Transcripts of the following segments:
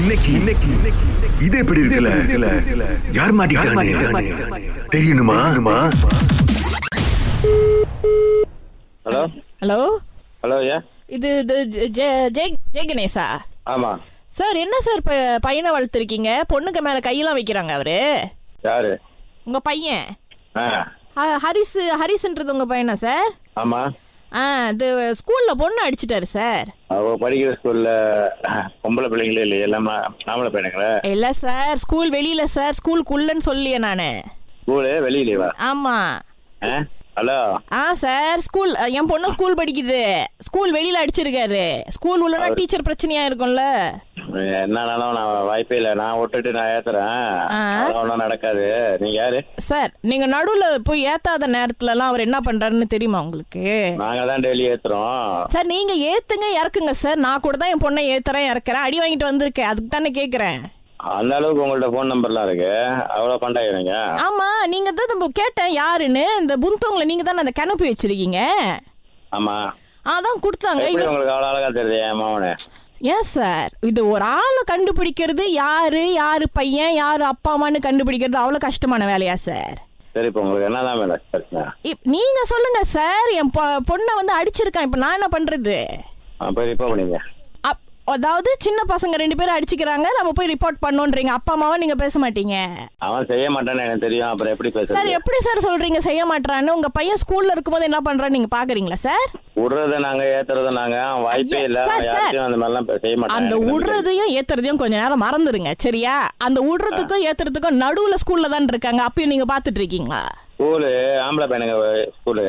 இன்னைக்கு இன்னைக்கு இன்னைக்கு- இது எப்படி இருக்குல்ல யார் மாட்டிக்கிட்டானே தெரியணுமா ஹலோ ஹலோ ஹலோ ஏ இது இது ஜெ- ஜெ- ஜெய் ஜெய் கணேசா ஆமா சார் என்ன சார் ப- பையனை வளர்த்துருக்கீங்க பொண்ணுக்கு மேல கையெல்லாம் வைக்கிறாங்க அவரு யாரு உங்க பையன் ஆ ஹ- ஹரிஸ் ஹரிஸ்ன்றது உங்க பையனா சார் ஆமா ஆ இது ஸ்கூல்ல பொண்ணு அடிச்சிட்டாரு சார் அவ படிக்கிற ஸ்கூல்ல பொம்பளை பிள்ளைங்களே இல்லையே எல்லாமே ஆம்பளை பையனுங்களே இல்ல சார் ஸ்கூல் வெளியில சார் ஸ்கூலுக்குள்ளன்னு சொல்லியே நானு ஸ்கூலு வெளியிலேவா ஆமா ஆ ஹலோ ஆ சார் ஸ்கூல் என் பொண்ணு ஸ்கூல் படிக்குது ஸ்கூல் வெளியில அடிச்சிருக்காரு ஸ்கூல் உள்ளனா டீச்சர் பிரச்சனையா இருக்கும்ல என்னன்னாலும் நான் வாய்ப்பே இல்லை நான் விட்டுட்டு நான் ஏத்துறேன் ஆ. அதெல்லாம் ஒன்றும் நடக்காது நீங்க யாரு சார் நீங்க நடுவுல போய் ஏத்தாத நேரத்துலலாம் அவர் என்ன பண்றாருன்னு தெரியுமா உங்களுக்கு நாங்க தான் டெய்லி ஏத்துறோம் சார் நீங்க ஏத்துங்க இறக்குங்க சார் நான் கூட தான் என் பொண்ணை ஏத்துறேன் இறக்குறேன் அடி வாங்கிட்டு வந்திருக்கேன் அதுக்கு தானே கேக்குறேன் அந்த அளவுக்கு உங்கள்ட்ட ஃபோன் நம்பர்லாம் இருக்கு அவ்வளோ பண்டாயிருங்க ஆமா நீங்க தான் இந்த கேட்டேன் யாருன்னு இந்த புந்தவங்களை நீங்க தானே அந்த கிணப்பி வச்சிருக்கீங்க ஆமா அதான் கொடுத்தாங்க எப்படி இவர் உங்களுக்கு அவ்வளோ அழகா தெரியுது என் மாவனே ஏன் சார் இது ஒரு ஆளை கண்டுபிடிக்கிறது யாரு யாரு பையன் யாரு அப்பா அம்மான்னு கண்டுபிடிக்கிறது அவ்வளவு கஷ்டமான வேலையா சார் சரி இப்போ உங்களுக்கு என்னதான் வேலை பிரச்சனை இப்- நீங்க சொல்லுங்க சார் என் பொ- பொண்ணை வந்து அடிச்சிருக்கான் இப்ப நான் என்ன பண்றது அப்போ ரிப்போர்ட் பண்ணீங்க அப்- அதாவது சின்ன பசங்க ரெண்டு பேரும் அடிச்சுக்கிறாங்க நம்ம போய் ரிப்போர்ட் பண்ணோன்றீங்க அப்பா அம்மாவை நீங்க பேச மாட்டீங்க அவன் செய்ய மாட்டான்னு எனக்கு தெரியும் அப்புறம் எப்படி சார் பேசுறது எப்படி சார் சொல்றீங்க செய்ய மாட்டான்னு உங்க பையன் ஸ்கூல்ல இருக்கும்போது என்ன பண்றான்னு நீங்க பாக்குறீங்களா சார் விடுறத நாங்க ஏத்துறத நாங்க அவன் வாய்ப்பே ஐயா, இல்ல சார், அவன் சார். யார்கிட்டயும் அந்த மாதிரிலாம் பே- செய்ய மாட்டான் அந்த எனக்கு நம்பிக்கை இருக்கு. விடுறதையும் ஏத்துறதையும் கொஞ்ச நேரம் மறந்துடுங்க சரியா அந்த விடுறதுக்கும் ஏத்துறதுக்கும் நடுவுல ஸ்கூல்ல தான் இருக்காங்க அப்பயும் நீங்க பாத்துட்டு இருக்கீங்களா ஸ்கூலு ஆம்பளை பையனுங்க வ- ஸ்கூலு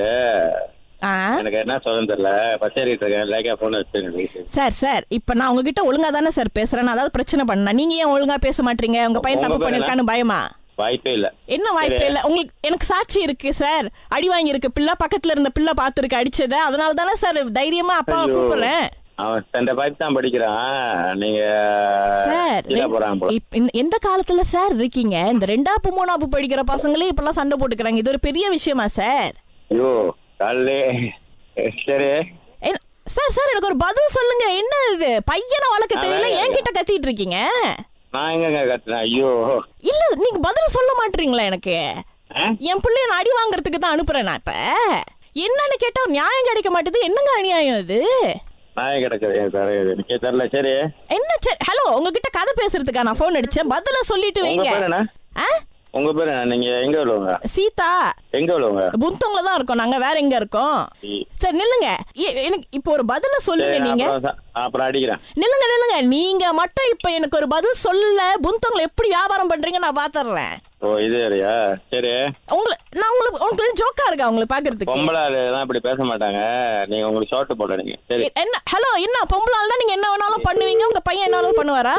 ஆ எனக்கு என்ன சொல்லுன்னு தெரியல பஸ் ஏறிட்டு இருக்கேன் லேக்கா போன் வச்சுருக்கேன் சார் சார் இப்ப நான் உங்ககிட்ட ஒழுங்கா தானே சார் பேசுறேன் நான் அதாவது பிரச்சனை பண்ணா நீங்க ஏன் ஒழுங்கா பேச மாட்டீங்க உங்க பையன் உங்க தப்பு பையனா? பண்ணிருக்கான்னு பயமா வாய்ப்பே இல்ல என்ன வாய்ப்பு இல்ல உங்களுக்கு எனக்கு சாட்சி இருக்கு சார் அடி வாங்கியிருக்கு பிள்ளை பக்கத்துல இருந்த பிள்ளை பாத்துருக்கு அடிச்சத அதனால தானே சார் தைரியமா அப்பாவை ஐயோ. கூப்பிடுறேன் அவன் சென்ற பைப் தான் படிக்கிறான் நீங்க சார் கீழே போறான் போல இப்ப இந்த- எந்த காலத்துல சார் இருக்கீங்க இந்த ரெண்டாப்பு மூணாப்பு படிக்கிற பசங்களே இப்பெல்லாம் சண்டை போட்டுக்கிறாங்க இது ஒரு பெரிய விஷயமா சார் ஐயோ காலே சரி என்- சார் சார் எனக்கு ஒரு பதில் சொல்லுங்க என்ன இது பையனை வளர்க்க தெரியல அதான் என்கிட்ட கத்திட்டு இருக்கீங்க நான் எங்கங்க கத்துனேன் ஐயோ இல்ல நீங்க பதில் சொல்ல மாட்டீங்களா எனக்கு ஆ? என் பிள்ளைய நான் அடி வாங்குறதுக்கு தான் அனுப்புறேன் நான் இப்ப என்னன்னு கேட்டா நியாயம் கிடைக்க மாட்டேது என்னங்க அநியாயம் இது நான் கிடக்குது எனக்கே தெரியல சரி என்ன ஹலோ உங்ககிட்ட கதை பேசுறதுக்கா நான் ஃபோன் அடிச்சேன் பதில சொல்லிட்டு உங்க வைங்க பேர் என்ன ஆ? உங்க பேர் என்ன நீங்க எங்க உள்ளவங்க சீதா எங்க உள்ளவங்க புந்தவங்கள தான் இருக்கோம் நாங்க வேற எங்க இருக்கோம் சரி நில்லுங்க எ- எனக்கு இப்போ ஒரு பதில சொல்லுங்க சரி, நீங்க அப்புறம் ச- அப்புறம் அடிக்கிறேன் நில்லுங்க நில்லுங்க நீங்க மட்டும் இப்ப எனக்கு ஒரு பதில் சொல்ல புந்தவங்களை எப்படி வியாபாரம் பண்றீங்க நான் பாத்துறேன் ஓ இது வேறையா சரி உங்களை நான் உங்களுக்கு உங்களுக்கு ஜோக்கா இருக்கா உங்களை பாக்குறதுக்கு பொம்பளை ஆளுலாம் இப்படி பேச மாட்டாங்க நீங்க உங்களுக்கு ஷார்ட் போட நீங்க சரி எ- என்ன ஹலோ என்ன பொம்பளை தான் நீங்க என்ன வேணாலும் பண்ணுவீங்க உங்க பையன் என்ன வேணாலும் பண்ணுவாரா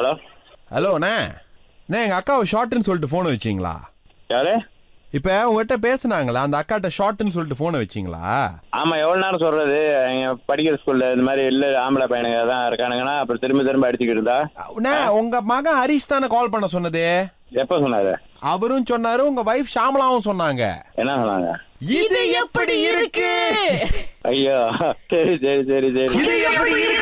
ஹலோ ஹலோ அண்ணே அண்ணே எங்கள் அக்காவை ஷார்ட்னு சொல்லிட்டு ஃபோனை வச்சிங்களா யாரு இப்போ உங்ககிட்ட பேசுனாங்களா அந்த அக்காட்ட ஷார்ட்னு சொல்லிட்டு ஃபோனை வச்சிங்களா ஆமா எவ்வளவு நேரம் சொல்றது எங்க படிக்கிற ஸ்கூல்ல இந்த மாதிரி இல்ல ஆம்பளை பையனுங்க தான் இருக்கானுங்கன்னா அப்புறம் திரும்ப திரும்ப அடிச்சுக்கிட்டு இருந்தா அண்ணே உங்கள் மகன் ஹரிஷ் தானே கால் பண்ண சொன்னது எப்ப சொன்னாரு அவரும் சொன்னாரு உங்கள் வைஃப் ஷாமலாவும் சொன்னாங்க என்ன சொன்னாங்க இது எப்படி இருக்கு ஐயோ சரி சரி சரி சரி இது எப்படி இருக்கு